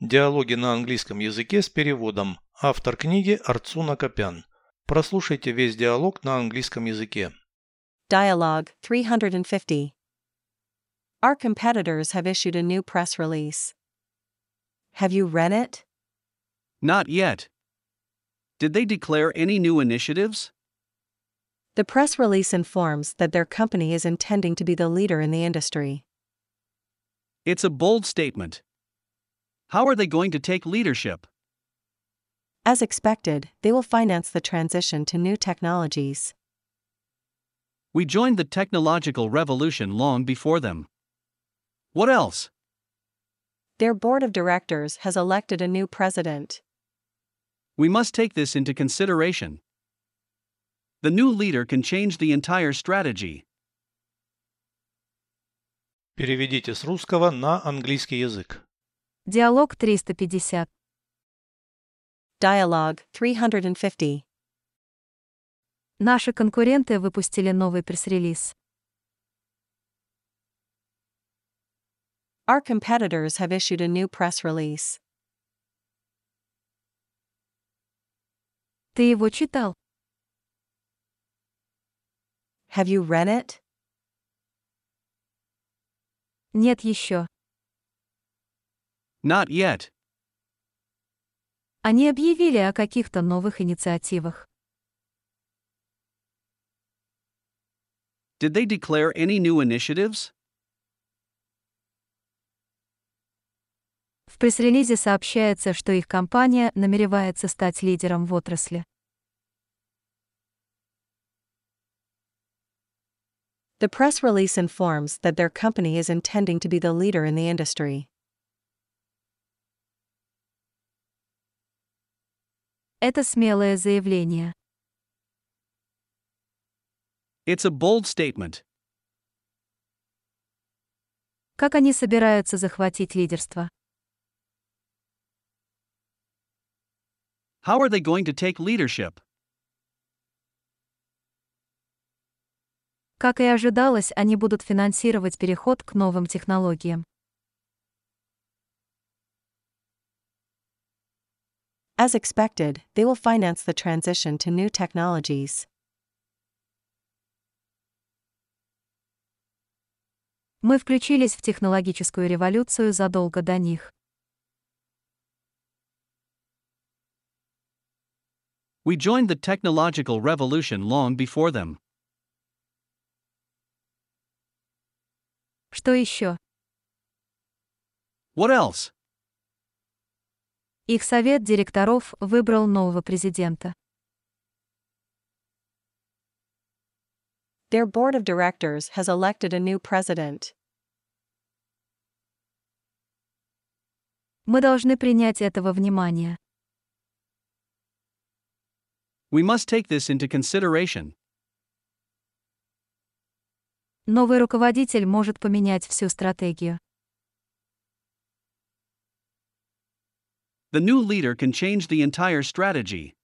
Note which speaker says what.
Speaker 1: Диалоги на английском языке с переводом. Автор книги Арцуна Копян. Прослушайте весь диалог на английском языке.
Speaker 2: Dialogue 350. Our competitors have issued a new press release. Have you read it?
Speaker 3: Not yet. Did they declare any new initiatives?
Speaker 2: The press release informs that their company is intending to be the leader in the industry.
Speaker 3: It's a bold statement. How are they going to take leadership?
Speaker 2: As expected, they will finance the transition to new technologies.
Speaker 3: We joined the technological revolution long before them. What else?
Speaker 2: Their board of directors has elected a new president.
Speaker 3: We must take this into consideration. The new leader can change the entire strategy.
Speaker 1: Переведите с русского на английский язык.
Speaker 4: Диалог 350.
Speaker 2: Dialogue 350.
Speaker 4: Наши конкуренты выпустили новый пресс-релиз.
Speaker 2: Our competitors have issued a new press release.
Speaker 4: Ты его читал?
Speaker 2: Have you read it?
Speaker 4: Нет еще.
Speaker 3: Not yet.
Speaker 4: Они объявили о каких-то новых инициативах.
Speaker 3: Did they declare any new initiatives?
Speaker 4: В пресс-релизе сообщается, что их компания намеревается стать лидером в отрасли.
Speaker 2: The press release informs that their company is intending to be the leader in the industry.
Speaker 4: Это смелое заявление.
Speaker 3: It's a bold statement.
Speaker 4: Как они собираются захватить лидерство?
Speaker 3: How are they going to take leadership?
Speaker 4: Как и ожидалось, они будут финансировать переход к новым технологиям.
Speaker 2: As expected, they will finance the transition to new technologies.
Speaker 4: Мы включились в технологическую революцию задолго до них.
Speaker 3: We joined the technological revolution long before them.
Speaker 4: Что еще?
Speaker 3: What else?
Speaker 4: Их совет директоров выбрал нового президента.
Speaker 2: Their board of directors has elected a new president.
Speaker 4: Мы должны принять этого внимания.
Speaker 3: We must take this into consideration.
Speaker 4: Новый руководитель может поменять всю стратегию.
Speaker 3: The new leader can change the entire strategy.